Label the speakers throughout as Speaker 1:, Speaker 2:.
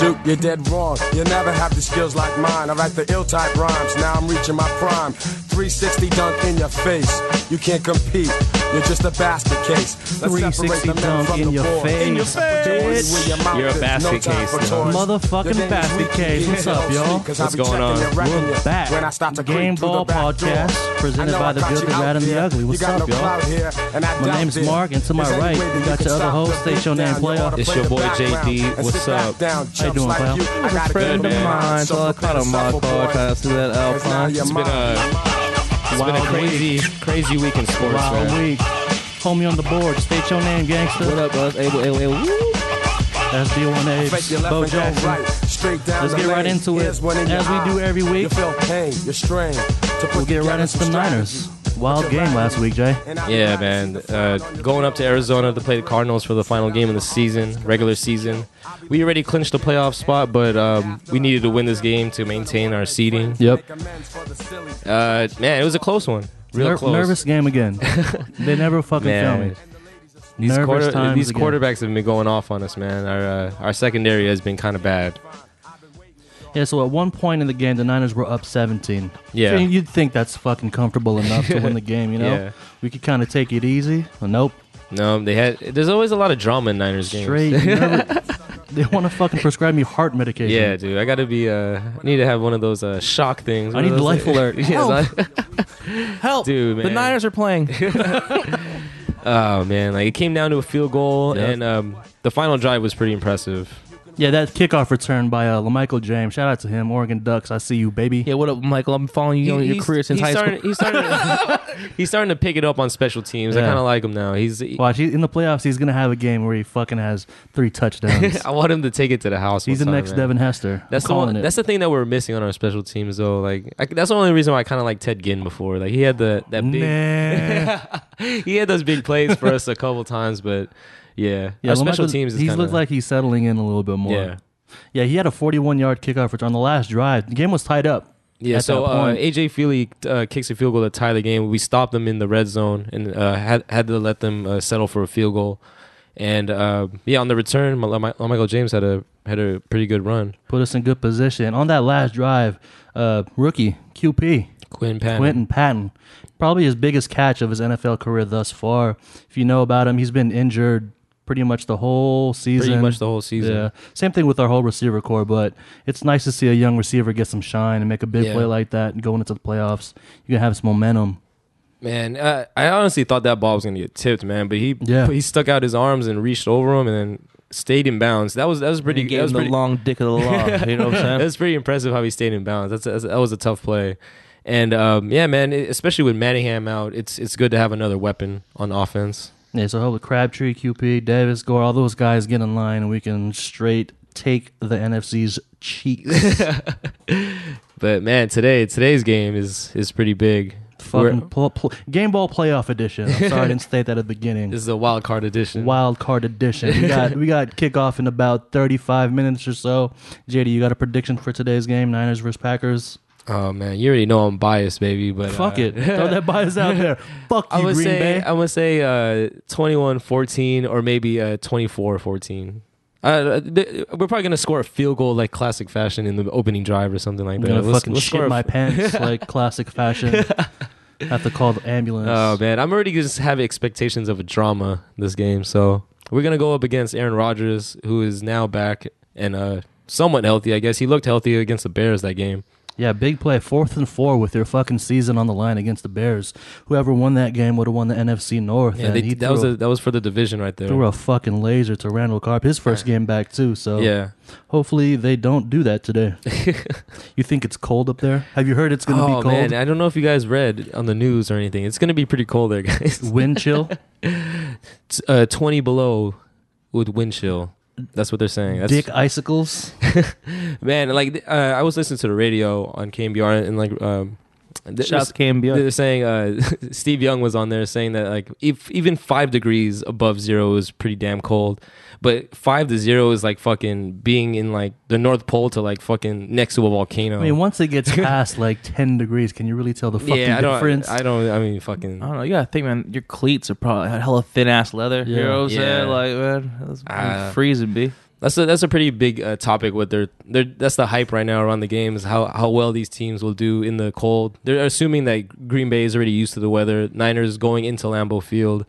Speaker 1: Duke, you're dead wrong. You'll never have the skills like mine. I write the ill type rhymes, now I'm reaching my prime. 360 dunk in your face. You can't compete, you're just a basket case. Let's separate
Speaker 2: 360
Speaker 1: the men
Speaker 2: dunk
Speaker 1: from
Speaker 2: in
Speaker 1: the
Speaker 2: your
Speaker 1: boy.
Speaker 2: face.
Speaker 3: In your face.
Speaker 1: Where your mouth
Speaker 3: You're a
Speaker 1: is,
Speaker 3: basket
Speaker 1: no time
Speaker 3: case
Speaker 1: for
Speaker 3: now.
Speaker 1: toys.
Speaker 2: Motherfucking
Speaker 1: Your game
Speaker 2: basket
Speaker 1: weak, you
Speaker 2: case.
Speaker 1: can't
Speaker 2: What's up,
Speaker 1: sleep,
Speaker 2: y'all?
Speaker 1: 'cause I
Speaker 3: What's
Speaker 1: be
Speaker 3: going
Speaker 1: checking
Speaker 3: on?
Speaker 1: your record
Speaker 2: We're
Speaker 1: yet
Speaker 2: back.
Speaker 1: When I stop to
Speaker 2: Game
Speaker 1: creep through
Speaker 2: Ball
Speaker 1: the back
Speaker 2: Podcast,
Speaker 1: door.
Speaker 2: presented
Speaker 1: I know
Speaker 2: by
Speaker 1: I
Speaker 2: the
Speaker 1: caught
Speaker 2: Good,
Speaker 1: you
Speaker 2: the
Speaker 1: out
Speaker 2: Bad, and the
Speaker 1: there.
Speaker 2: Ugly.
Speaker 1: You
Speaker 2: What's
Speaker 1: got
Speaker 2: up,
Speaker 1: no
Speaker 2: y'all?
Speaker 1: clout here, and I
Speaker 2: My
Speaker 1: doubt
Speaker 2: name's
Speaker 1: it.
Speaker 2: Mark, and to my
Speaker 1: There's any
Speaker 2: right,
Speaker 1: way that
Speaker 2: you got
Speaker 1: can
Speaker 2: your other
Speaker 1: stop
Speaker 2: host,
Speaker 1: the
Speaker 2: State Your
Speaker 1: beat
Speaker 2: Name
Speaker 1: down. You
Speaker 2: Player.
Speaker 1: ought to
Speaker 3: It's
Speaker 1: play
Speaker 3: your
Speaker 1: the
Speaker 3: boy
Speaker 1: background
Speaker 3: JD.
Speaker 1: and
Speaker 3: What's
Speaker 1: sit back
Speaker 3: up?
Speaker 1: down,
Speaker 2: How you doing,
Speaker 1: chumps like
Speaker 2: pal?
Speaker 1: you. I got a
Speaker 3: friend
Speaker 1: good
Speaker 3: of
Speaker 1: man.
Speaker 3: mine,
Speaker 1: So
Speaker 4: I
Speaker 1: prepare
Speaker 4: caught him
Speaker 1: yourself,
Speaker 4: off guard
Speaker 1: boy.
Speaker 4: pass to that
Speaker 1: It's now
Speaker 4: Alpine.
Speaker 1: your
Speaker 3: It's been a, it's been a
Speaker 2: Wild week.
Speaker 3: crazy, crazy week in sports,
Speaker 2: Wild
Speaker 3: man.
Speaker 2: week. Homie on the board. State your name,
Speaker 4: What
Speaker 2: gangster.
Speaker 4: up, us? Able, able, able. Woo!
Speaker 2: That's
Speaker 1: Fake
Speaker 2: D1A.
Speaker 1: your left
Speaker 2: Bo
Speaker 1: and go
Speaker 2: Jackson.
Speaker 1: right, straight down
Speaker 2: Let's
Speaker 1: the
Speaker 2: get right
Speaker 1: lane.
Speaker 2: into it.
Speaker 1: Here's one in your
Speaker 2: As we do
Speaker 1: eye.
Speaker 2: every week.
Speaker 1: You feel pain, you strain. To put
Speaker 2: We'll get right
Speaker 1: together
Speaker 2: into the Niners.
Speaker 1: strategy.
Speaker 2: Wild
Speaker 1: Put your
Speaker 2: game
Speaker 1: back
Speaker 2: last
Speaker 1: in.
Speaker 2: week, Jay.
Speaker 1: And I'll
Speaker 3: Yeah,
Speaker 1: be
Speaker 3: man.
Speaker 1: honest,
Speaker 3: Uh,
Speaker 1: it's
Speaker 3: going up to Arizona to play the Cardinals for the final game of the season, regular season. We already clinched the playoff spot, but um, we needed to win this game to maintain our seeding.
Speaker 4: Yep.
Speaker 1: amends for the silly.
Speaker 3: Uh, man, it was a close one. Real
Speaker 2: Ner-
Speaker 3: close.
Speaker 2: Nervous game again. they never fucking fail me.
Speaker 3: Man. These,
Speaker 2: Nervous
Speaker 3: quarter-
Speaker 2: times
Speaker 3: these
Speaker 2: again.
Speaker 3: quarterbacks have been going off on us, man. Our uh, our secondary has been kind of bad.
Speaker 2: Yeah, so at one point in the game, the Niners were up 17.
Speaker 3: Yeah.
Speaker 2: I mean, you'd think that's fucking comfortable enough to win the game, you know?
Speaker 3: Yeah.
Speaker 2: We could kind of take it easy. But nope.
Speaker 3: No, they had. There's always a lot of drama in Niners games.
Speaker 2: Straight. nervous. they want to fucking prescribe me heart medication.
Speaker 3: Yeah, dude, I gotta be. Uh, I need to have one of those uh, shock things.
Speaker 2: I need
Speaker 3: What are those
Speaker 2: life alert.
Speaker 3: yeah,
Speaker 4: Help.
Speaker 3: li-
Speaker 4: Help!
Speaker 3: Dude,
Speaker 4: The
Speaker 3: man.
Speaker 4: Niners are playing.
Speaker 3: oh man, like it came down to a field goal,
Speaker 2: Yeah.
Speaker 3: and um, the final drive was pretty impressive.
Speaker 2: Yeah, that kickoff return by uh, LaMichael James. Shout out to him, Oregon Ducks. I see you, baby.
Speaker 4: yeah, what up, Michael? I've been following you on your
Speaker 3: He's-
Speaker 4: career since
Speaker 3: he's
Speaker 4: high
Speaker 3: starting,
Speaker 4: school.
Speaker 3: He's starting, he's starting to pick it up on special teams. I
Speaker 2: Yeah.
Speaker 3: kind of like him now. He's. he-
Speaker 2: Watch, he, in the playoffs, he's gonna have a game where he fucking has three touchdowns.
Speaker 3: I want him to take it to the house.
Speaker 2: he's the
Speaker 3: one time,
Speaker 2: next
Speaker 3: man.
Speaker 2: Devin Hester. I'm
Speaker 3: That's the
Speaker 2: calling
Speaker 3: one,
Speaker 2: it.
Speaker 3: that's the thing that we're missing on our special teams though. Like I, that's the only reason why I kind of like Ted Ginn before. Like he had the that big
Speaker 2: Nah.
Speaker 3: he had those big plays for us a couple times, but yeah,
Speaker 2: Yeah,
Speaker 3: our
Speaker 2: LaMichael-
Speaker 3: special teams. Is
Speaker 2: He's
Speaker 3: kinda,
Speaker 2: looked like he's settling in a little bit more.
Speaker 3: yeah,
Speaker 2: Yeah, he had a 41 yard kickoff return on the last drive. The game was tied up.
Speaker 3: yeah.
Speaker 2: at
Speaker 3: So
Speaker 2: that
Speaker 3: uh,
Speaker 2: point.
Speaker 3: AJ Feely uh, kicks a field goal to tie the game. We stopped them in the red zone and uh, had had to let them uh, settle for a field goal. And uh, yeah, on the return, my, my, Michael James had a had a pretty good run.
Speaker 2: put us in good position. On that last drive, uh, rookie QP
Speaker 3: Quinn Patton.
Speaker 2: Quentin Patton, probably his biggest catch of his NFL career thus far. If you know about him, he's been injured pretty much the whole season.
Speaker 3: Pretty much the whole season.
Speaker 2: Yeah, same thing with our whole receiver core, but it's nice to see a young receiver get some shine and make a big
Speaker 3: Yeah.
Speaker 2: play like that and going into the playoffs. You can have some momentum.
Speaker 3: Man, uh, I honestly thought that ball was gonna get tipped, man. But he
Speaker 2: Yeah.
Speaker 3: he stuck out his arms and reached over him and then stayed in bounds. That was that was pretty.
Speaker 4: Getting
Speaker 3: That was
Speaker 4: the
Speaker 3: pretty,
Speaker 4: long dick of the law. You know
Speaker 3: that
Speaker 4: what I'm saying?
Speaker 3: was pretty impressive how he stayed in bounds. That's, that's that was a tough play. And um, yeah, man, it- especially with Manningham out, it's it's good to have another weapon on offense.
Speaker 2: Yeah, so hopefully Crabtree, QP, Davis, Gore, all those guys get in line, and we can straight take the NFC's cheeks.
Speaker 3: But man, today today's game is is pretty big. We're-
Speaker 2: Fucking pl- pl- game ball playoff edition. I'm sorry I didn't state that at the beginning.
Speaker 3: this is a wild card edition.
Speaker 2: wild card edition. We got we got kickoff in about 35 minutes or so. JD, you got a prediction for today's game? Niners versus Packers.
Speaker 3: Oh man, you already know I'm biased, baby. But
Speaker 2: Fuck
Speaker 3: uh,
Speaker 2: it. Throw that bias out there. Fuck
Speaker 3: I
Speaker 2: you,
Speaker 3: would
Speaker 2: Green
Speaker 3: say
Speaker 2: Bay.
Speaker 3: I would say uh, 21-14 or maybe uh, 24-14. Uh, th- we're probably gonna score a field goal like classic fashion in the opening drive or something like
Speaker 2: I'm
Speaker 3: that.
Speaker 2: gonna
Speaker 3: Let's-
Speaker 2: fucking
Speaker 3: let's score
Speaker 2: shit
Speaker 3: a-
Speaker 2: my pants like classic fashion. Have to call the ambulance.
Speaker 3: Oh man, I'm already just have expectations of a drama this game. So we're gonna go up against Aaron Rodgers, who is now back and uh, somewhat healthy. I guess he looked healthy against the Bears that game.
Speaker 2: Yeah, big play. Fourth and four with your fucking season on the line against the Bears. Whoever won that game would have won the NFC North.
Speaker 3: Yeah,
Speaker 2: and
Speaker 3: they,
Speaker 2: he
Speaker 3: that
Speaker 2: threw
Speaker 3: was
Speaker 2: a,
Speaker 3: a, that was for the division right there.
Speaker 2: threw a fucking laser to Randall Carp. His first game back too. So
Speaker 3: Yeah.
Speaker 2: Hopefully they don't do that today. you think it's cold up there? Have you heard it's going to
Speaker 3: Oh
Speaker 2: be cold?
Speaker 3: man, I don't know if you guys read on the news or anything. It's gonna be pretty cold there, guys.
Speaker 2: Wind chill?
Speaker 3: t- uh, 20 below with wind chill. That's what they're saying. That's,
Speaker 2: dick icicles?
Speaker 3: Man, like th- uh, I was listening to the radio on KMBR and like um, th-
Speaker 4: Shout out to KMBR.
Speaker 3: they're saying uh, Steve Young was on there saying that like if even five degrees above zero is pretty damn cold, but five to zero is like fucking being in like the North Pole to like fucking next to a volcano.
Speaker 2: I mean, once it gets past like 10 degrees, can you really tell the fucking
Speaker 3: yeah, I don't,
Speaker 2: difference?
Speaker 3: I don't. I mean, fucking.
Speaker 4: I don't know. You gotta think, man. Your cleats are probably hella thin ass leather. You
Speaker 2: Yeah.
Speaker 4: know what
Speaker 3: Yeah.
Speaker 4: I'm saying? Like, man, that's
Speaker 3: Uh,
Speaker 4: freezing, b.
Speaker 3: that's a that's a pretty big uh, topic. What they're they're that's the hype right now around the game is how how well these teams will do in the cold. They're assuming that Green Bay is already used to the weather. Niners going into Lambeau Field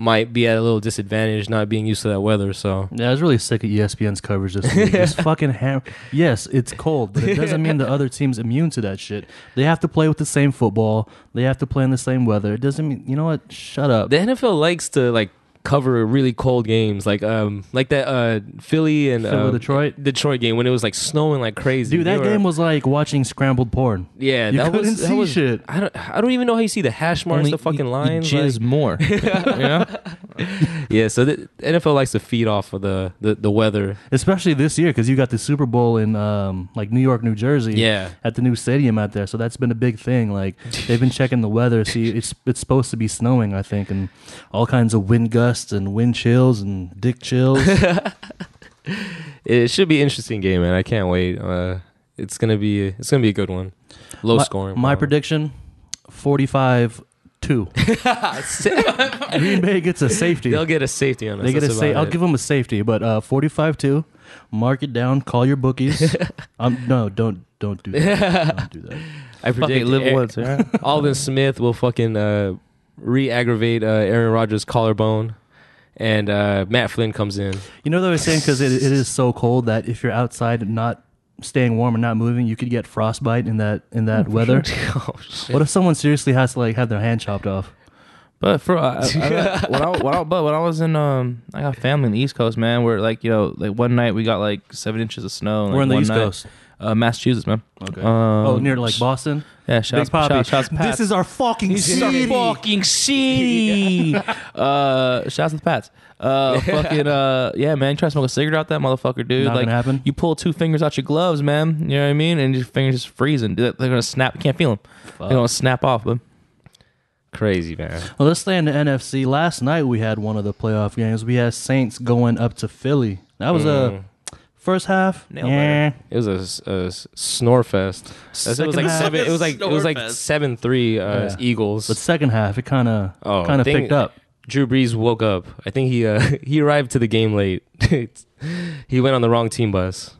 Speaker 3: might be at a little disadvantage not being used to that weather. So
Speaker 2: Yeah, I was really sick of E ESPN's coverage this week. Just fucking ham- Yes, it's cold, but it doesn't mean the other team's immune to that shit. They have to play with the same football. They have to play in the same weather. It doesn't mean you know what? Shut up.
Speaker 3: the NFL likes to like cover really cold games, like um like that uh Philly and
Speaker 2: Philly,
Speaker 3: uh,
Speaker 2: Detroit?
Speaker 3: Detroit game when it was like snowing like crazy.
Speaker 2: Dude,
Speaker 3: They
Speaker 2: that
Speaker 3: were-
Speaker 2: game was like watching scrambled porn.
Speaker 3: yeah.
Speaker 2: you
Speaker 3: that
Speaker 2: couldn't
Speaker 3: was, that
Speaker 2: see
Speaker 3: was-
Speaker 2: shit.
Speaker 3: I don't I don't even know how you see the hash marks,
Speaker 4: Only
Speaker 3: the fucking
Speaker 4: you- you
Speaker 3: lines. like-
Speaker 4: jizz more. yeah.
Speaker 3: yeah, so the NFL likes to feed off of the the, the weather.
Speaker 2: especially this year because you got the Super Bowl in um, like New York, New Jersey.
Speaker 3: Yeah.
Speaker 2: At the new stadium out there, so that's been a big thing. Like they've been checking the weather. See, it's it's supposed to be snowing, I think, and all kinds of wind gusts and wind chills and dick chills.
Speaker 3: It should be an interesting game, man. I can't wait. Uh, it's gonna be it's gonna be a good one. Low
Speaker 2: my,
Speaker 3: scoring.
Speaker 2: My
Speaker 3: probably.
Speaker 2: prediction: forty-five two. Green Bay gets a safety.
Speaker 3: They'll get a safety on us.
Speaker 2: They get a
Speaker 3: That's
Speaker 2: sa-
Speaker 3: about
Speaker 2: I'll
Speaker 3: it.
Speaker 2: give them a safety, but uh, forty-five-two. Mark it down. Call your bookies. um, no, don't don't do that. Don't do that.
Speaker 3: I predict
Speaker 4: Fucking live
Speaker 3: Aaron-
Speaker 4: once. Yeah.
Speaker 3: Alden Smith will fucking uh, re-aggravate uh, Aaron Rodgers' collarbone, and uh, Matt Flynn comes in.
Speaker 2: You know what I was saying? Because it, it is so cold that if you're outside and not staying warm and not moving, you could get frostbite in that in that weather.
Speaker 3: oh shit!
Speaker 2: What if someone seriously has to like have their hand chopped off?
Speaker 4: But for I, I, I, when I, when I, but when I was in um, I got family in the East Coast, man. Where like you know, like one night we got like seven inches of snow. and,
Speaker 2: We're
Speaker 4: like,
Speaker 2: on the
Speaker 4: one
Speaker 2: East
Speaker 4: night-
Speaker 2: Coast.
Speaker 4: uh, Massachusetts, man.
Speaker 2: Okay.
Speaker 4: Um,
Speaker 2: oh, near like Boston.
Speaker 4: yeah, shouts,
Speaker 2: Big Poppy.
Speaker 4: shouts, shouts Pats.
Speaker 2: this is our fucking city.
Speaker 4: fucking city. uh, shouts to the Pats. Uh, fucking uh, yeah, man. You try to smoke a cigarette out that motherfucker, dude.
Speaker 2: Not
Speaker 4: like,
Speaker 2: gonna happen.
Speaker 4: You pull two fingers out your gloves, man. You know what I mean? And your fingers just freezing. They're they're gonna snap. You can't feel them. They're gonna snap off. But
Speaker 3: Crazy man.
Speaker 2: Well, let's stay in the NFC. Last night we had one of the playoff games. We had Saints going up to Philly. That was
Speaker 3: Mm.
Speaker 2: a first half.
Speaker 4: Nail
Speaker 2: yeah.
Speaker 3: It was a, s- a s- snore fest. That's- It was
Speaker 2: Second
Speaker 3: like
Speaker 2: half.
Speaker 3: seven. It was like it was like
Speaker 4: Snore fest.
Speaker 3: seven three uh,
Speaker 2: Yeah.
Speaker 3: Eagles.
Speaker 2: But second half, it kind of
Speaker 3: Oh,
Speaker 2: kind of
Speaker 3: thing-
Speaker 2: picked up.
Speaker 3: Drew Brees woke up. I think he uh, he arrived to the game late. he went on the wrong team bus.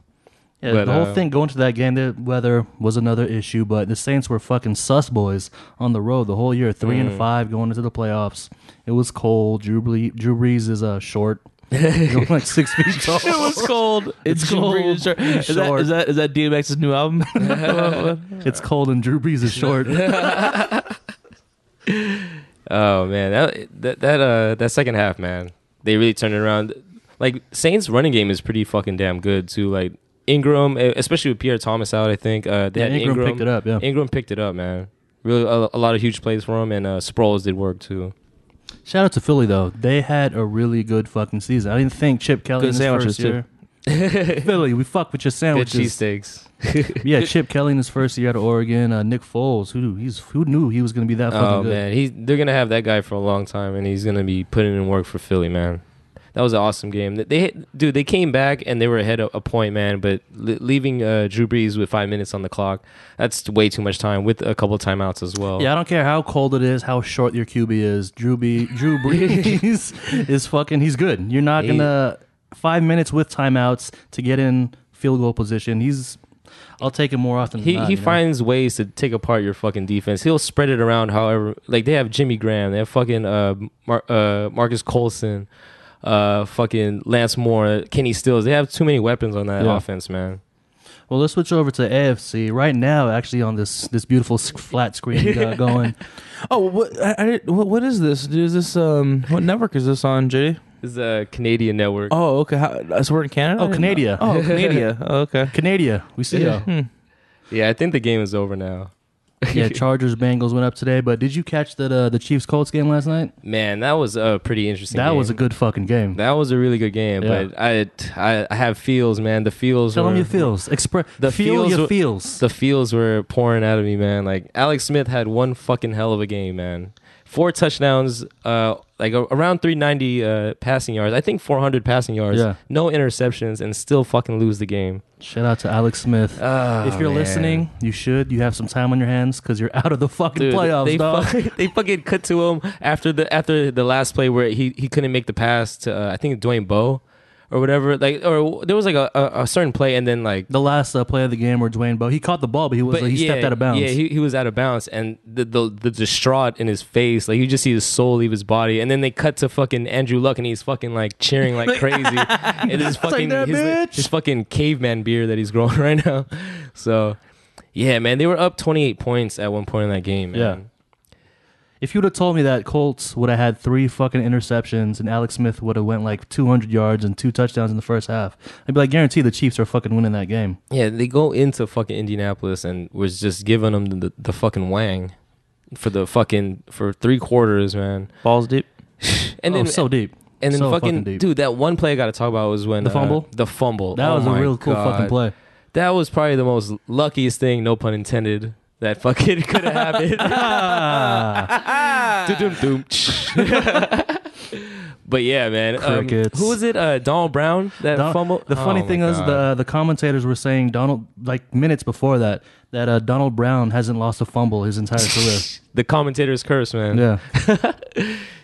Speaker 2: Yeah,
Speaker 3: But,
Speaker 2: the whole
Speaker 3: uh,
Speaker 2: thing going to that game, the weather was another issue, but the Saints were fucking sus boys on the road the whole year, three and
Speaker 3: Mm.
Speaker 2: five going into the playoffs. It was cold. Drew Brees, Drew Brees is uh, short, He's only like six feet tall.
Speaker 4: it was cold. It's
Speaker 2: cold.
Speaker 4: Is that, is
Speaker 2: Short.
Speaker 4: that is that DMX's new album?
Speaker 2: It's cold and Drew Brees is short.
Speaker 3: Oh man, that that that uh that second half, man, they really turned it around. Like Saints' running game is pretty fucking damn good too. Like Ingram, eh, especially with Pierre Thomas out, I think uh, they
Speaker 2: Yeah,
Speaker 3: had
Speaker 2: Ingram
Speaker 3: Ingram,
Speaker 2: picked it up, yeah.
Speaker 3: Ingram picked it up, man. Really, a, a lot of huge plays for him, and uh, Sproles did work too.
Speaker 2: Shout out to Philly though; they had a really good fucking season. I didn't think Chip Kelly in
Speaker 4: Good
Speaker 2: his
Speaker 4: sandwiches,
Speaker 2: first year. Philly, we fuck with your
Speaker 3: Good
Speaker 2: sandwiches.
Speaker 3: cheesesteaks.
Speaker 2: Yeah, Chip Kelly in his first year out of Oregon. Uh, Nick Foles, who he's who knew he was going to be that fucking
Speaker 3: Oh
Speaker 2: good.
Speaker 3: man, he they're gonna have that guy for a long time, and he's gonna be putting in work for Philly, man. That was an awesome game. They- They dude, they came back and they were ahead a, a point, man. But le- leaving uh, Drew Brees with five minutes on the clock, that's way too much time with a couple timeouts as well.
Speaker 2: Yeah, I don't care how cold it is, how short your QB is. Drew B, Drew Brees is fucking. He's good. You're not
Speaker 3: He-
Speaker 2: gonna five minutes with timeouts to get in field goal position. He's. I'll take him more often.
Speaker 3: He,
Speaker 2: than not,
Speaker 3: he
Speaker 2: you know?
Speaker 3: finds ways to take apart your fucking defense. He'll spread it around however. Like, they have Jimmy Graham. They have fucking uh, Mar- uh, Marcus Colson, uh, fucking Lance Moore, Kenny Stills. They have too many weapons on that
Speaker 2: Yeah.
Speaker 3: offense, man.
Speaker 2: Well, let's switch over to AFC right now. Actually, on this this beautiful s- flat screen we got going.
Speaker 4: oh, what, I, I, didn't- what what is this? Dude, is this um what network is this on, JD?
Speaker 3: This is a Canadian network.
Speaker 4: Oh, okay. How, so we're in Canada.
Speaker 2: Oh,
Speaker 4: I didn't
Speaker 2: Canada.
Speaker 4: know. Oh, Canada. oh, okay.
Speaker 2: Canada, we see ya.
Speaker 4: Hmm.
Speaker 3: Yeah, I think the game is over now.
Speaker 2: Yeah, Chargers Bengals went up today, but did you catch that uh, the Chiefs Colts game last night?
Speaker 3: Man, that was a pretty interesting.
Speaker 2: That was a
Speaker 3: game.
Speaker 2: good fucking game.
Speaker 3: that was a really good game.
Speaker 2: Yeah.
Speaker 3: But I, I I have feels, man. The feels.
Speaker 2: Tell
Speaker 3: were,
Speaker 2: them your feels. Express
Speaker 3: The
Speaker 2: feel
Speaker 3: feels
Speaker 2: your
Speaker 3: were-
Speaker 2: feels.
Speaker 3: The feels were pouring out of me, man. Like Alex Smith had one fucking hell of a game, man. Four touchdowns, uh, like a, around 390 uh, passing yards. I think 400 passing yards.
Speaker 2: Yeah.
Speaker 3: No interceptions, and still fucking lose the game. Ah,
Speaker 2: Shout out to Alex Smith. if
Speaker 3: Oh,
Speaker 2: you're listening, you should. You have some time on your hands because you're out of the fucking
Speaker 3: Dude,
Speaker 2: playoffs,
Speaker 3: they,
Speaker 2: dog.
Speaker 3: fucking, they fucking cut to him after the after the last play where he, he couldn't make the pass to uh, I think Dwayne Bowe or whatever. Like or there was like a, a, a certain play and then like
Speaker 2: The last uh, play of the game where Dwayne Bowe, he caught the ball, but he was he stepped out of bounds.
Speaker 3: Yeah, he, he was out of bounds, and the, the the distraught in his face, like you just see his soul leave his body, and then they cut to fucking Andrew Luck, and he's fucking like cheering like crazy, and his
Speaker 2: Take
Speaker 3: fucking
Speaker 2: that,
Speaker 3: his,
Speaker 2: bitch.
Speaker 3: his fucking caveman beard that he's growing right now. So, yeah, man, they were up twenty eight points at one point in that game. Man.
Speaker 2: Yeah. If you would have told me that Colts would have had three fucking interceptions and Alex Smith would have went like 200 yards and two touchdowns in the first half, I'd be like, guarantee the Chiefs are fucking winning that game.
Speaker 3: yeah, they go into fucking Indianapolis and was just giving them the, the fucking wang for the fucking for three quarters, man.
Speaker 4: Balls deep.
Speaker 3: And
Speaker 2: oh,
Speaker 3: then
Speaker 2: so deep.
Speaker 3: And then
Speaker 2: So
Speaker 3: fucking,
Speaker 2: fucking deep.
Speaker 3: dude, that one play I got to talk about was when
Speaker 2: The
Speaker 3: uh,
Speaker 2: fumble?
Speaker 3: the fumble.
Speaker 2: That
Speaker 3: Oh
Speaker 2: was a
Speaker 3: my
Speaker 2: real cool fucking
Speaker 3: God.
Speaker 2: play.
Speaker 3: That was probably the most luckiest thing, no pun intended, that fucking could have
Speaker 2: Ah.
Speaker 3: happened. Dum-dum-dum. but yeah, man. Um,
Speaker 2: Crickets.
Speaker 3: who was it? Uh, Donald Brown. That
Speaker 2: Don-
Speaker 3: fumble.
Speaker 2: The funny
Speaker 3: Oh
Speaker 2: thing
Speaker 3: my
Speaker 2: is,
Speaker 3: God.
Speaker 2: the the commentators were saying Donald like minutes before that that uh, Donald Brown hasn't lost a fumble his entire career.
Speaker 3: the commentator's curse, man.
Speaker 2: yeah,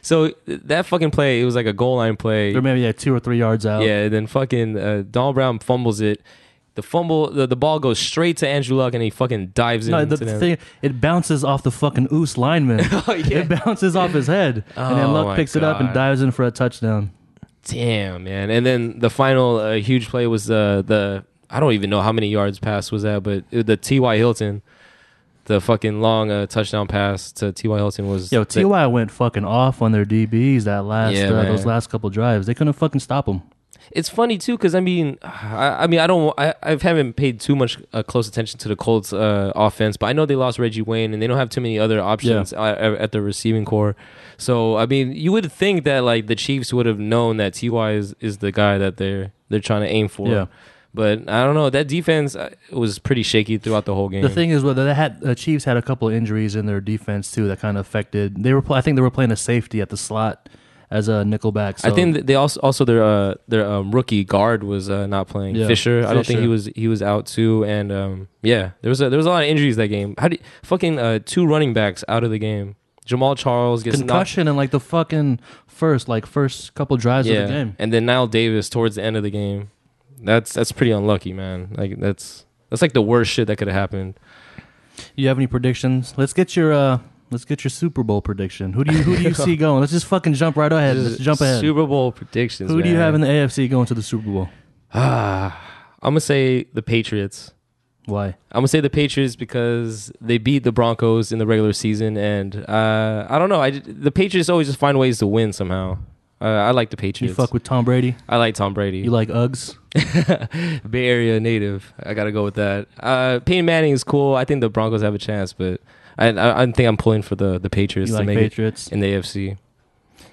Speaker 3: So that fucking play, it was like a goal line play.
Speaker 2: they're maybe like two or three yards out.
Speaker 3: Yeah, then fucking uh, Donald Brown fumbles it. The fumble, the, the ball goes straight to Andrew Luck, and he fucking dives
Speaker 2: No,
Speaker 3: into
Speaker 2: the
Speaker 3: them.
Speaker 2: thing it bounces off the fucking Oos lineman. It bounces off his head, and
Speaker 3: Oh,
Speaker 2: then
Speaker 3: my
Speaker 2: Luck picks it up and
Speaker 3: God.
Speaker 2: dives in for a touchdown.
Speaker 3: Damn, man. And then the final uh, huge play was uh, the I don't even know how many yards pass was that, but it, the T.Y. Hilton, the fucking long uh, touchdown pass to T.Y. Hilton was
Speaker 2: Yo, Ty went fucking off on their DBs that last
Speaker 3: Yeah,
Speaker 2: uh,
Speaker 3: man.
Speaker 2: those last couple drives. They couldn't fucking stop him.
Speaker 3: It's funny too because I mean, I, I mean, I don't, I, I haven't paid too much uh, close attention to the Colts' uh, offense, but I know they lost Reggie Wayne and they don't have too many other options uh, at the receiving core. So I mean, you would think that like the Chiefs would have known that Ty is is the guy that they're they're trying to aim for.
Speaker 2: Yeah.
Speaker 3: But I don't know. That defense uh, was pretty shaky throughout the whole game.
Speaker 2: The thing is, whether they had the Chiefs had a couple of injuries in their defense too that kind of affected. They were, pl- I think, they were playing a safety at the slot as a nickelback. So
Speaker 3: I think that they also also their uh, their um, rookie guard was uh, not playing
Speaker 2: Yeah,
Speaker 3: Fisher. I don't think he
Speaker 2: Fisher.
Speaker 3: was he was out too, and um, yeah, there was a, there was a lot of injuries that game. How do you, fucking uh, two running backs out of the game? Jamal Charles gets knocked,
Speaker 2: concussion and like the fucking first like first couple drives
Speaker 3: yeah,
Speaker 2: of the game.
Speaker 3: and then Niall Davis towards the end of the game. That's that's pretty unlucky, man. Like that's that's like the worst shit that could have happened.
Speaker 2: You have any predictions? Let's get your uh let's get your Super Bowl prediction. Who do you who do you see going? Let's just fucking jump right ahead. Let's jump ahead.
Speaker 3: Super Bowl predictions.
Speaker 2: who do you
Speaker 3: man.
Speaker 2: have in the AFC going to the Super Bowl?
Speaker 3: Ah, I'm gonna say the Patriots.
Speaker 2: Why?
Speaker 3: I'm gonna say the Patriots because they beat the Broncos in the regular season, and uh, I don't know. I j- the Patriots always just find ways to win somehow. Uh, I like the
Speaker 2: You
Speaker 3: Patriots.
Speaker 2: fuck with Tom Brady.
Speaker 3: I like Tom Brady.
Speaker 2: You like Uggs.
Speaker 3: Bay Area native. I gotta go with that. Uh, Peyton Manning is cool. I think the Broncos have a chance, but I I, I think I'm pulling for the the Patriots
Speaker 2: You
Speaker 3: to
Speaker 2: like
Speaker 3: make
Speaker 2: Patriots.
Speaker 3: it in the AFC.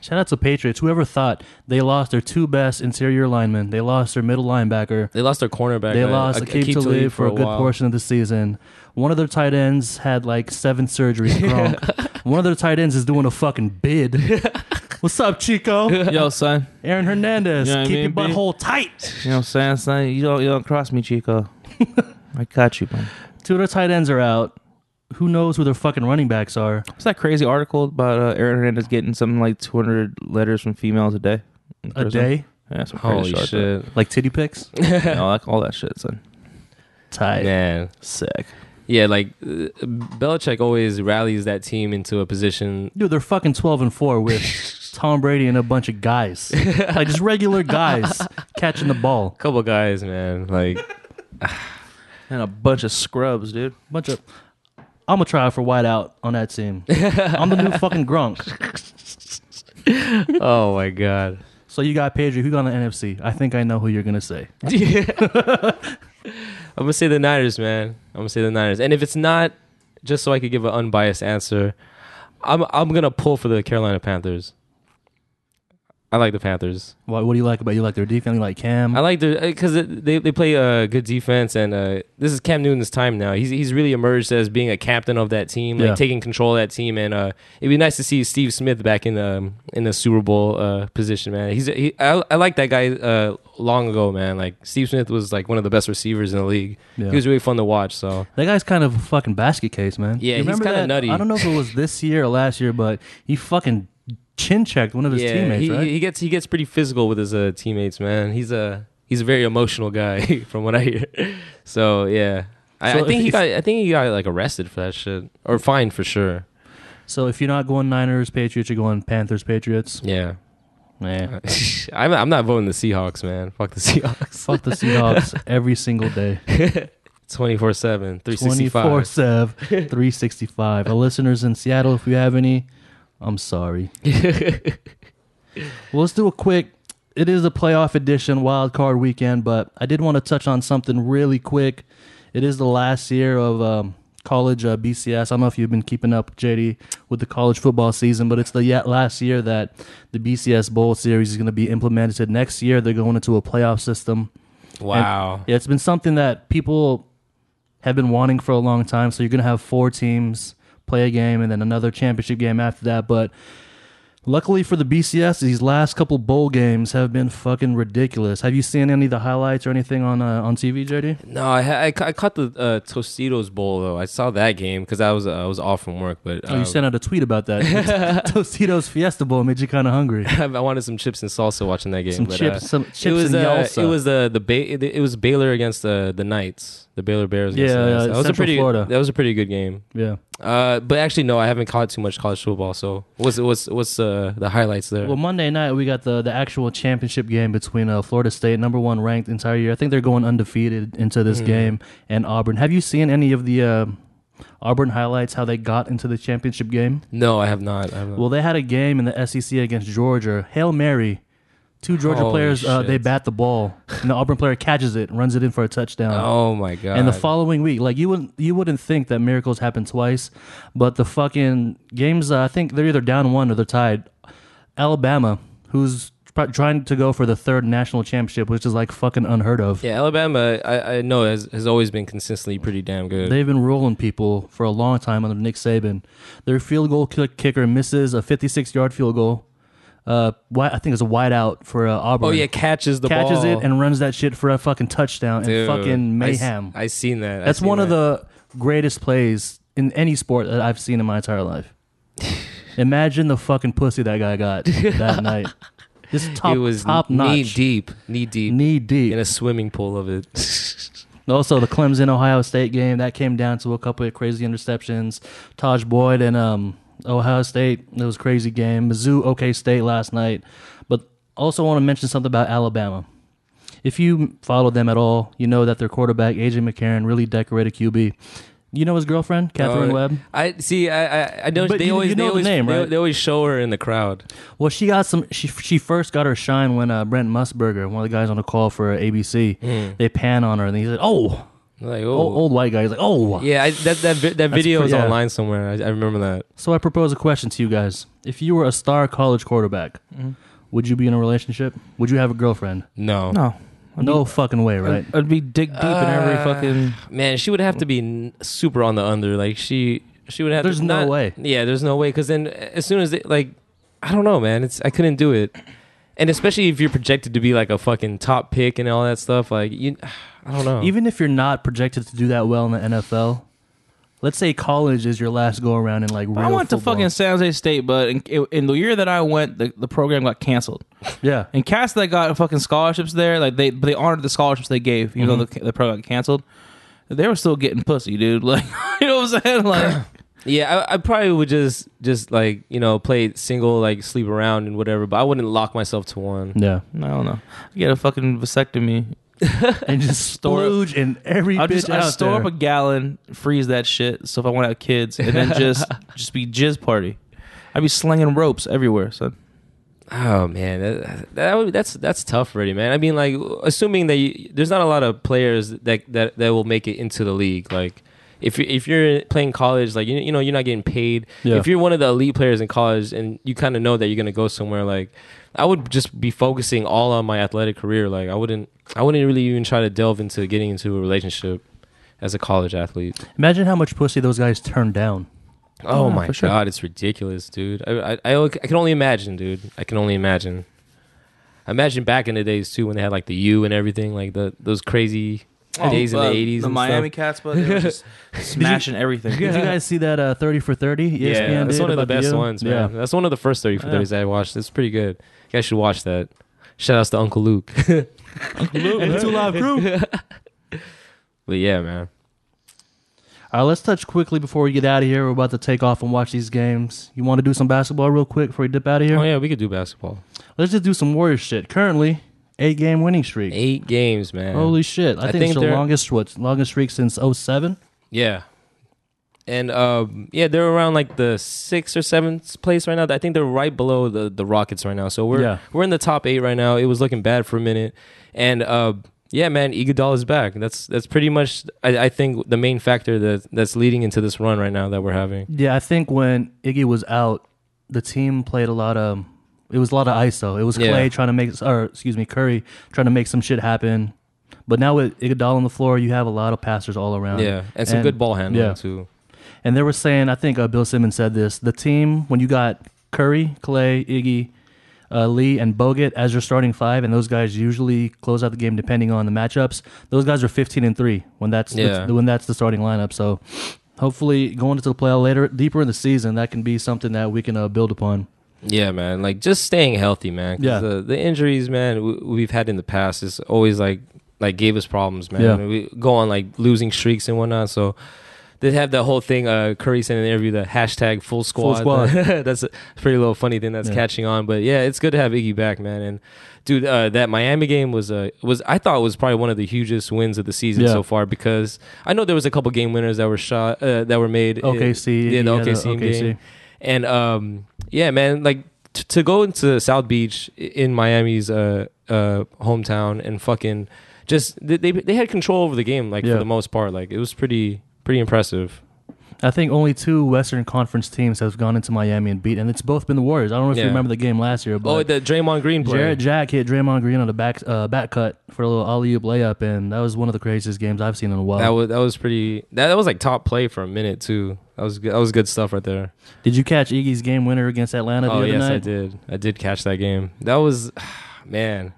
Speaker 2: Shout out to Patriots. Whoever thought they lost their two best interior linemen, they lost their middle linebacker,
Speaker 3: They lost their cornerback.
Speaker 2: They
Speaker 3: uh,
Speaker 2: lost
Speaker 3: Ake-
Speaker 2: Akeem
Speaker 3: Akeem
Speaker 2: Talib, for a good
Speaker 3: while.
Speaker 2: portion of the season. One of their tight ends had like seven surgeries. Gronk. One of their tight ends is doing a fucking bid. What's up, Chico?
Speaker 4: Yo, son.
Speaker 2: Aaron Hernandez,
Speaker 4: You know what I
Speaker 2: keep
Speaker 4: mean,
Speaker 2: your
Speaker 4: B?
Speaker 2: butthole tight.
Speaker 4: You know what I'm saying, son? You don't, you don't cross me, Chico. I got you, man.
Speaker 2: Two of their tight ends are out. Who knows who their fucking running backs are?
Speaker 4: What's that crazy article about uh, Aaron Hernandez getting something like 200 letters from females a day? in
Speaker 2: A
Speaker 4: prison?
Speaker 2: day,
Speaker 4: Yeah, that's some
Speaker 3: Holy
Speaker 4: crazy shit.
Speaker 3: shit,
Speaker 2: like titty picks.
Speaker 4: Yeah, all, that, all that shit, son.
Speaker 2: Tight.
Speaker 3: man.
Speaker 4: Sick.
Speaker 3: Yeah, like uh, Belichick always rallies that team into a position
Speaker 2: Dude, they're fucking twelve and four with Tom Brady and a bunch of guys, like just regular guys catching the ball.
Speaker 3: couple guys, man. Like
Speaker 4: And a bunch of scrubs, dude.
Speaker 2: Bunch of. I'm gonna try for whiteout on that team. I'm the new fucking Gronk.
Speaker 3: oh my god.
Speaker 2: So you got Pedro. Who got on the NFC? I think I know who you're gonna say.
Speaker 3: I'm gonna say the Niners, man. I'm gonna say the Niners. And if it's not, just so I could give an unbiased answer, I'm I'm gonna pull for the Carolina Panthers. I like the Panthers.
Speaker 2: What, what do you like about you like their defense? You like Cam?
Speaker 3: I like the because they they play uh, good defense, and uh, this is Cam Newton's time now. He's he's really emerged as being a captain of that team, like
Speaker 2: Yeah.
Speaker 3: taking control of that team, and uh, it'd be nice to see Steve Smith back in the um, in the Super Bowl uh, position, man. He's he, I I like that guy uh, long ago, man. Like Steve Smith was like one of the best receivers in the league.
Speaker 2: Yeah.
Speaker 3: He was really fun to watch. So
Speaker 2: that guy's kind of a fucking basket case, man.
Speaker 3: Yeah,
Speaker 2: You
Speaker 3: he's
Speaker 2: remember
Speaker 3: kinda
Speaker 2: that?
Speaker 3: nutty.
Speaker 2: I don't know if it was this year or last year, but he fucking chin checked one of his
Speaker 3: yeah,
Speaker 2: teammates,
Speaker 3: he,
Speaker 2: right?
Speaker 3: he gets he gets pretty physical with his uh, teammates, man. He's a he's a very emotional guy, from what I hear. So yeah, I,
Speaker 2: So
Speaker 3: I think
Speaker 2: if-
Speaker 3: he got I think he got like arrested for that shit or fined for sure.
Speaker 2: so if you're not going Niners, Patriots, you're going Panthers, Patriots.
Speaker 3: Yeah,
Speaker 2: Man,
Speaker 3: I'm I'm not voting the Seahawks, man. Fuck the Seahawks.
Speaker 2: fuck the Seahawks every single day.
Speaker 3: 24 7,
Speaker 2: 24
Speaker 3: 365.
Speaker 2: 7, 365. Our listeners in Seattle, if you have any, I'm sorry. well, let's do a quick. It is a playoff edition, wild card weekend, but I did want to touch on something really quick. It is the last year of um, college uh, BCS. I don't know if you've been keeping up, JD, with the college football season, but it's the yet last year that the BCS Bowl Series is going to be implemented. Next year, they're going into a playoff system. And-
Speaker 3: Wow.
Speaker 2: yeah, it's been something that people have been wanting for a long time. So you're going to have four teams play a game and then another championship game after that. But luckily for the BCS, these last couple bowl games have been fucking ridiculous. Have you seen any of the highlights or anything on uh, on TV, JD?
Speaker 3: No, I, ha- I, ca- I caught the uh, Tostitos Bowl though. I saw that game because I was uh, I was off from work, but
Speaker 2: Oh, you
Speaker 3: uh,
Speaker 2: sent out a tweet about that. Tostitos Fiesta Bowl made you kind of hungry.
Speaker 3: I wanted some chips and salsa watching that game.
Speaker 2: Some
Speaker 3: but,
Speaker 2: chips,
Speaker 3: uh,
Speaker 2: some chips
Speaker 3: it was
Speaker 2: and
Speaker 3: uh,
Speaker 2: salsa.
Speaker 3: it was the the ba- it, it was Baylor against uh, the the Knights, the Baylor Bears. against
Speaker 2: Yeah,
Speaker 3: the Knights.
Speaker 2: uh,
Speaker 3: that was a
Speaker 2: Central
Speaker 3: pretty
Speaker 2: Florida.
Speaker 3: that was a pretty good game.
Speaker 2: yeah.
Speaker 3: Uh, but actually, no, I haven't caught too much college football. So what's what's what's uh, the highlights there?
Speaker 2: Well, Monday night we got the the actual championship game between uh, Florida State, number one ranked entire year. I think they're going undefeated into
Speaker 3: Mm.
Speaker 2: this game, and Auburn. Have you seen any of the uh, Auburn highlights? How they got into the championship game?
Speaker 3: no, I have not. I have not.
Speaker 2: Well, they had a game in the SEC against Georgia. Hail Mary. Two Georgia
Speaker 3: Holy
Speaker 2: players, uh, they
Speaker 3: shit.
Speaker 2: bat the ball, and the Auburn player catches it, and runs it in for a touchdown.
Speaker 3: oh my god!
Speaker 2: uh, And the following week, like you wouldn't you wouldn't think that miracles happen twice, but the fucking games. Uh, I think they're either down one or they're tied. Alabama, who's pr- trying to go for the third national championship, which is like fucking unheard of.
Speaker 3: yeah, Alabama, I, I know has, has always been consistently pretty damn good.
Speaker 2: They've been rolling people for a long time under Nick Saban. Their field goal kick- kicker misses a 56 yard field goal. Uh, wi- I think it's a wide out for uh, Auburn.
Speaker 3: oh yeah, catches the
Speaker 2: catches
Speaker 3: ball.
Speaker 2: it and runs that shit for a fucking touchdown
Speaker 3: Dude,
Speaker 2: and fucking
Speaker 3: I s-
Speaker 2: mayhem.
Speaker 3: I, seen that. I
Speaker 2: That's
Speaker 3: seen
Speaker 2: one of
Speaker 3: that.
Speaker 2: the greatest plays in any sport that I've seen in my entire life. Imagine the fucking pussy that guy got that night. Just top,
Speaker 3: It was
Speaker 2: top
Speaker 3: knee
Speaker 2: notch,
Speaker 3: deep, knee deep
Speaker 2: knee deep.
Speaker 3: in a swimming pool of it.
Speaker 2: also, the Clemson Ohio State game that came down to a couple of crazy interceptions. Taj Boyd and um, Ohio State, it was a crazy game. Mizzou, OK State last night. But also want to mention something about Alabama. If you follow them at all, you know that their quarterback AJ McCarron really decorated QB. You know his girlfriend, Catherine
Speaker 3: Oh,
Speaker 2: Webb.
Speaker 3: I see. I I, I know
Speaker 2: But
Speaker 3: they
Speaker 2: you-
Speaker 3: always
Speaker 2: you know
Speaker 3: they
Speaker 2: the
Speaker 3: always
Speaker 2: name,
Speaker 3: they-
Speaker 2: right?
Speaker 3: they always show her in the crowd.
Speaker 2: Well, she got some. She she first got her shine when uh, Brent Musburger, one of the guys on the call for ABC, they pan on her and he said, "Oh,
Speaker 3: Like
Speaker 2: o-
Speaker 3: oh,
Speaker 2: old, white guy." He's like, "Oh."
Speaker 3: yeah. I, that that vi- that video
Speaker 2: pretty-
Speaker 3: is
Speaker 2: yeah.
Speaker 3: online somewhere. I, I remember that.
Speaker 2: So I propose a question to you guys: If you were a star college quarterback, would you be in a relationship? Would you have a girlfriend?
Speaker 3: No,
Speaker 4: No, Ah, I'd
Speaker 2: no fucking way,
Speaker 4: be,
Speaker 2: right?
Speaker 4: I'd, I'd be dig deep in every
Speaker 3: Uh,
Speaker 4: fucking.
Speaker 3: man, she would have to be n- super on the under. Like she she would have.
Speaker 2: There's
Speaker 3: to,
Speaker 2: no
Speaker 3: not-
Speaker 2: way.
Speaker 3: Yeah, there's no way. Because then as soon as they, like, I don't know, man. It's I couldn't do it. And especially if you're projected to be like a fucking top pick and all that stuff, like you, I don't know.
Speaker 2: Even if you're not projected to do that well in the NFL, let's say college is your last go around in like real
Speaker 4: I went to
Speaker 2: football.
Speaker 4: fucking San Jose State, but in, in the year that I went, the, the program got canceled.
Speaker 2: yeah.
Speaker 4: And cats that got fucking scholarships there, like they but they honored the scholarships they gave, even though the, the program got canceled. They were still getting pussy, dude. Like you know what I'm saying? Like
Speaker 3: Yeah, I, I probably would just just like you know play single, like sleep around and whatever. But I wouldn't lock myself to one.
Speaker 2: Yeah,
Speaker 4: I don't know. I get a fucking vasectomy.
Speaker 2: and just
Speaker 4: Store up-
Speaker 2: storage and every
Speaker 4: I'll
Speaker 2: bitch
Speaker 4: just
Speaker 2: out
Speaker 4: I store
Speaker 2: there.
Speaker 4: up a gallon, freeze that shit. So if I want to have kids, and then just just be jizz party. I'd be slinging ropes everywhere. So
Speaker 3: Oh man, that, that would, that's that's tough already, man. I mean, like assuming that you, there's not a lot of players that that that will make it into the league, like. If you if you're playing college, like you, you know you're not getting paid.
Speaker 2: Yeah.
Speaker 3: If you're one of the elite players in college and you kind of know that you're gonna go somewhere, like I would just be focusing all on my athletic career. Like I wouldn't I wouldn't really even try to delve into getting into a relationship as a college athlete.
Speaker 2: Imagine how much pussy those guys turned down.
Speaker 3: Oh
Speaker 4: Yeah,
Speaker 3: my
Speaker 4: for sure.
Speaker 3: god, it's ridiculous, dude. I, I, I o- I can only imagine, dude. I can only imagine. Imagine back in the days too when they had like the U and everything, like the those crazy days in the
Speaker 4: uh,
Speaker 3: 80s.
Speaker 4: The
Speaker 3: and
Speaker 4: Miami
Speaker 3: stuff.
Speaker 4: Cats, but they were just smashing everything.
Speaker 2: Did you guys see that uh, 30 for 30?
Speaker 3: Yeah,
Speaker 2: ESPN
Speaker 3: that's
Speaker 2: did
Speaker 3: one of the
Speaker 2: about
Speaker 3: best
Speaker 2: you?
Speaker 3: ones, man. That's one of the first 30 for 30s I watched. It's pretty good. You guys should watch that. Shout outs to Uncle Luke.
Speaker 2: Yeah. Two live crew.
Speaker 3: But yeah, man.
Speaker 2: All right, let's touch quickly before we get out of here. We're about to take off and watch these games. You want to do some basketball real quick before we dip out of here?
Speaker 3: Oh, yeah, we could do basketball.
Speaker 2: Let's just do some Warriors shit. Currently, eight game winning streak.
Speaker 3: Eight games, man.
Speaker 2: Holy shit! I,
Speaker 3: I
Speaker 2: think,
Speaker 3: think
Speaker 2: it's the
Speaker 3: they're-
Speaker 2: longest what longest streak since 07.
Speaker 3: Yeah. And um, yeah, they're around like the sixth or seventh place right now. I think they're right below the, the Rockets right now. So we're
Speaker 2: Yeah.
Speaker 3: we're in the top eight right now. It was looking bad for a minute, and uh, yeah, man, Iguodala is back. That's that's pretty much I, I think the main factor that that's leading into this run right now that we're having.
Speaker 2: Yeah, I think when Iggy was out, the team played a lot of. It was a lot of ISO. It was Clay
Speaker 3: Yeah.
Speaker 2: trying to make, or excuse me, Curry trying to make some shit happen. But now with Iguodala on the floor, you have a lot of passers all around.
Speaker 3: Yeah, and some good ball handling
Speaker 2: yeah.
Speaker 3: too.
Speaker 2: And they were saying, I think uh, Bill Simmons said this: the team when you got Curry, Clay, Iggy, uh, Lee, and Bogut as your starting five, and those guys usually close out the game depending on the matchups. Those guys are fifteen and three when that's
Speaker 3: Yeah.
Speaker 2: the, when that's the starting lineup. So hopefully, going into the playoff later, deeper in the season, that can be something that we can uh, build upon.
Speaker 3: Yeah, man. Like just staying healthy, man. 'Cause
Speaker 2: Yeah.
Speaker 3: The, the injuries, man, w- we've had in the past is always like like gave us problems, man.
Speaker 2: Yeah.
Speaker 3: We go on like losing streaks and whatnot. So they have that whole thing. Uh, Curry said in an interview the hashtag full squad.
Speaker 2: squad.
Speaker 3: that's a pretty little funny thing that's
Speaker 2: Yeah.
Speaker 3: catching on. But yeah, it's good to have Iggy back, man. And dude, uh, that Miami game was uh, was I thought was probably one of the hugest wins of the season
Speaker 2: Yeah.
Speaker 3: so far because I know there was a couple game winners that were shot uh, that were made. in-
Speaker 2: OKC,
Speaker 3: yeah, the
Speaker 2: Iggy had a
Speaker 3: OKC,
Speaker 2: OKC.
Speaker 3: game. And um, yeah, man, like t- to go into South Beach i- in Miami's uh, uh, hometown and fucking just they, they they had control over the game like
Speaker 2: Yeah.
Speaker 3: for the most part. Like it was pretty pretty impressive.
Speaker 2: I think only two Western Conference teams have gone into Miami and beat, and it's both been the Warriors. I don't know if you
Speaker 3: Yeah.
Speaker 2: remember the game last year, but
Speaker 3: oh, the Draymond Green play.
Speaker 2: Jared Jack hit Draymond Green on a back uh, back cut for a little alley oop layup, and that was one of the craziest games I've seen in a while.
Speaker 3: that was that was pretty. That, that was like top play for a minute too. That was good, that was good stuff right there.
Speaker 2: Did you catch Iggy's game winner against Atlanta the
Speaker 3: Oh
Speaker 2: other
Speaker 3: yes,
Speaker 2: night?
Speaker 3: I did. I did catch that game. That was, man.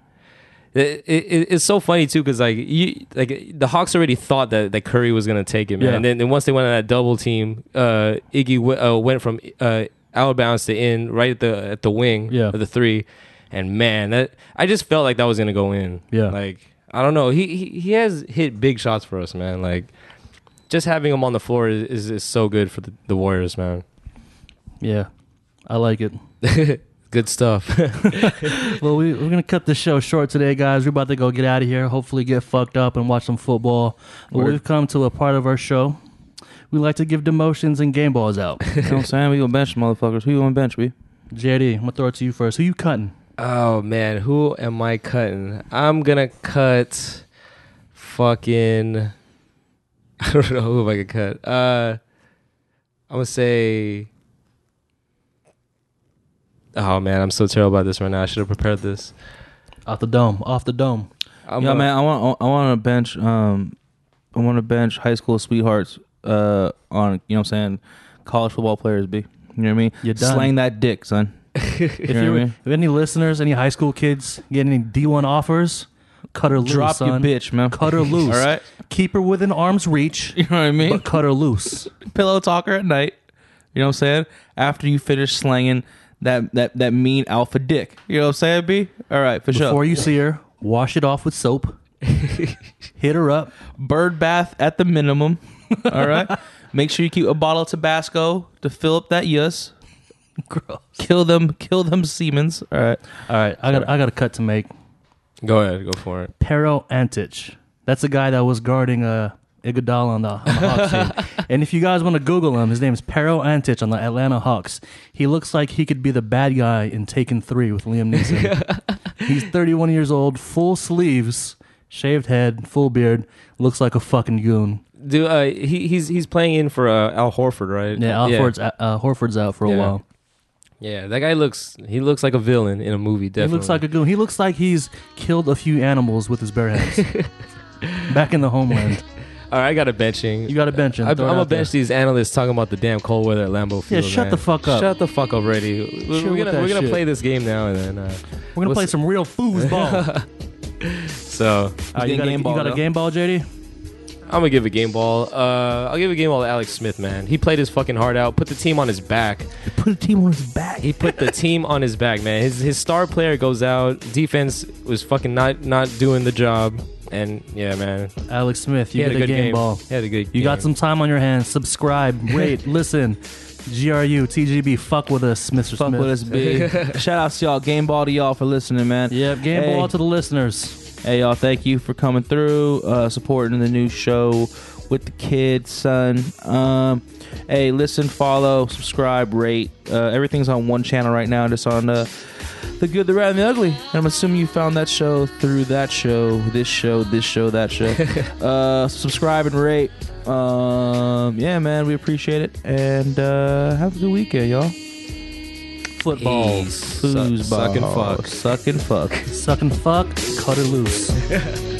Speaker 3: It, it, it's so funny too because like you like the Hawks already thought that, that Curry was gonna take it man
Speaker 2: Yeah.
Speaker 3: and then and once they went on that double team uh, Iggy w- uh, went from uh, out of bounds to in right at the at the wing
Speaker 2: Yeah.
Speaker 3: of the three and man that I just felt like that was gonna go in
Speaker 2: Yeah.
Speaker 3: like I don't know he he, he has hit big shots for us man like just having him on the floor is is, is so good for the, the Warriors man
Speaker 2: Yeah, I like it.
Speaker 3: good stuff
Speaker 2: well, we, we're gonna cut the show short today, guys. We're about to go get out of here. Hopefully, get fucked up and watch some football. But
Speaker 3: Word.
Speaker 2: we've come to a part of our show. We like to give demotions and game balls out.
Speaker 4: You know what I'm saying? We gonna bench motherfuckers. Who you gonna bench, we?
Speaker 2: JD, I'm gonna throw it to you first. Who you cutting?
Speaker 3: Oh man, who am I cutting? I'm gonna cut fucking I don't know who am I gonna cut. Uh I'm gonna say Oh man, I'm so terrible about this right now. I should have prepared this.
Speaker 2: Off the dome. Off the dome.
Speaker 3: I'm
Speaker 4: yeah,
Speaker 3: gonna-
Speaker 4: man. I want. I want to bench. Um, I want to bench high school sweethearts. Uh, on you know what I'm saying, college football players. Be you know what I mean?
Speaker 2: You're done.
Speaker 4: Slang that dick, son.
Speaker 2: If
Speaker 4: know
Speaker 2: you
Speaker 4: what I
Speaker 2: are
Speaker 4: mean?
Speaker 2: if any listeners, any high school kids get any D1 offers, cut her loose,
Speaker 4: Drop
Speaker 2: son.
Speaker 4: your bitch, man.
Speaker 2: Cut her loose.
Speaker 4: All right.
Speaker 2: Keep her within arm's reach,
Speaker 4: You know what I mean?
Speaker 2: but cut her loose.
Speaker 4: Pillow talker at night. You know what I'm saying? After you finish slanging that that that mean alpha dick. You know what I'm saying? B. All right, for
Speaker 2: Before
Speaker 4: sure.
Speaker 2: you see her, wash it off with soap. Hit her up.
Speaker 4: Bird bath at the minimum. All right. Make sure you keep a bottle of Tabasco to fill up that yes.
Speaker 2: Gross.
Speaker 4: Kill them. Kill them Siemens. All right.
Speaker 2: All right, I got I got a cut to make.
Speaker 3: go ahead, go for it.
Speaker 2: Pero Antich. That's the guy that was guarding uh, Iguodala on the, on the Hawks team. And if you guys want to Google him, his name is Pero Antich on the Atlanta Hawks. He looks like he could be the bad guy in Taken 3 with Liam Neeson. He's 31 years old, full sleeves, shaved head, full beard, looks like a fucking goon.
Speaker 3: Do uh he, he's he's playing in for uh, Al Horford, right?
Speaker 2: Yeah, Al Horford's, uh, Horford's out for a
Speaker 3: Yeah.
Speaker 2: while.
Speaker 3: Yeah, that guy looks he looks like a villain in a movie, definitely.
Speaker 2: He looks like a goon. He looks like he's killed a few animals with his bare hands. Back in the homeland.
Speaker 3: All right, I got a benching.
Speaker 2: You got to bench him.
Speaker 3: I'm, I'm
Speaker 2: Throw it
Speaker 3: gonna
Speaker 2: out there.
Speaker 3: bench these analysts talking about the damn cold weather at Lambeau Field.
Speaker 2: shut
Speaker 3: man.
Speaker 2: the fuck up.
Speaker 3: Shut the fuck up, already. We're,
Speaker 2: Chill
Speaker 3: we're
Speaker 2: with
Speaker 3: gonna
Speaker 2: that
Speaker 3: we're gonna
Speaker 2: shit.
Speaker 3: play this game now and then. Uh,
Speaker 2: We're going to
Speaker 3: We'll
Speaker 2: play
Speaker 3: s-
Speaker 2: some real foosball.
Speaker 3: so
Speaker 2: Uh, you,
Speaker 4: Getting
Speaker 2: got a,
Speaker 3: Ah,
Speaker 4: game
Speaker 2: you
Speaker 4: ball
Speaker 2: got a
Speaker 4: now.
Speaker 2: game ball, JD?
Speaker 3: I'm gonna give a game ball. Uh, I'll give a game ball to Alex Smith, man. He played his fucking heart out, put the team on his back.
Speaker 4: Put a team on his back.
Speaker 3: He put the team on his back, man. His his star player goes out. Defense was fucking not not doing the job. And yeah, man,
Speaker 2: Alex Smith,
Speaker 3: he
Speaker 2: you
Speaker 3: had
Speaker 2: get
Speaker 3: a
Speaker 2: a
Speaker 3: good
Speaker 2: game, ball.
Speaker 3: He had a good.
Speaker 2: You got
Speaker 3: game.
Speaker 2: some time on your hands. Subscribe, rate, listen. GRU, TGB, fuck with us, Mr.
Speaker 4: Fuck
Speaker 2: Smith.
Speaker 4: with us, big. Shout out to y'all. Game ball to y'all for listening, man.
Speaker 2: Yep, game
Speaker 4: Hey.
Speaker 2: ball to the listeners.
Speaker 4: Hey, y'all, thank you for coming through, uh, supporting the new show with the kids, son. Um, hey, listen, follow, subscribe, rate. Uh, everything's on one channel right now, just on uh, The Good, the Bad, and the Ugly. And I'm assuming you found that show through that show, this show, this show, that show. uh, subscribe and rate. Um, yeah, man, we appreciate it. And uh, have a good weekend, y'all.
Speaker 2: Football.
Speaker 3: Peace.
Speaker 4: Foosball.
Speaker 3: Suck- suck and fuck.
Speaker 4: Suck and fuck.
Speaker 2: Suck and fuck, cut it loose.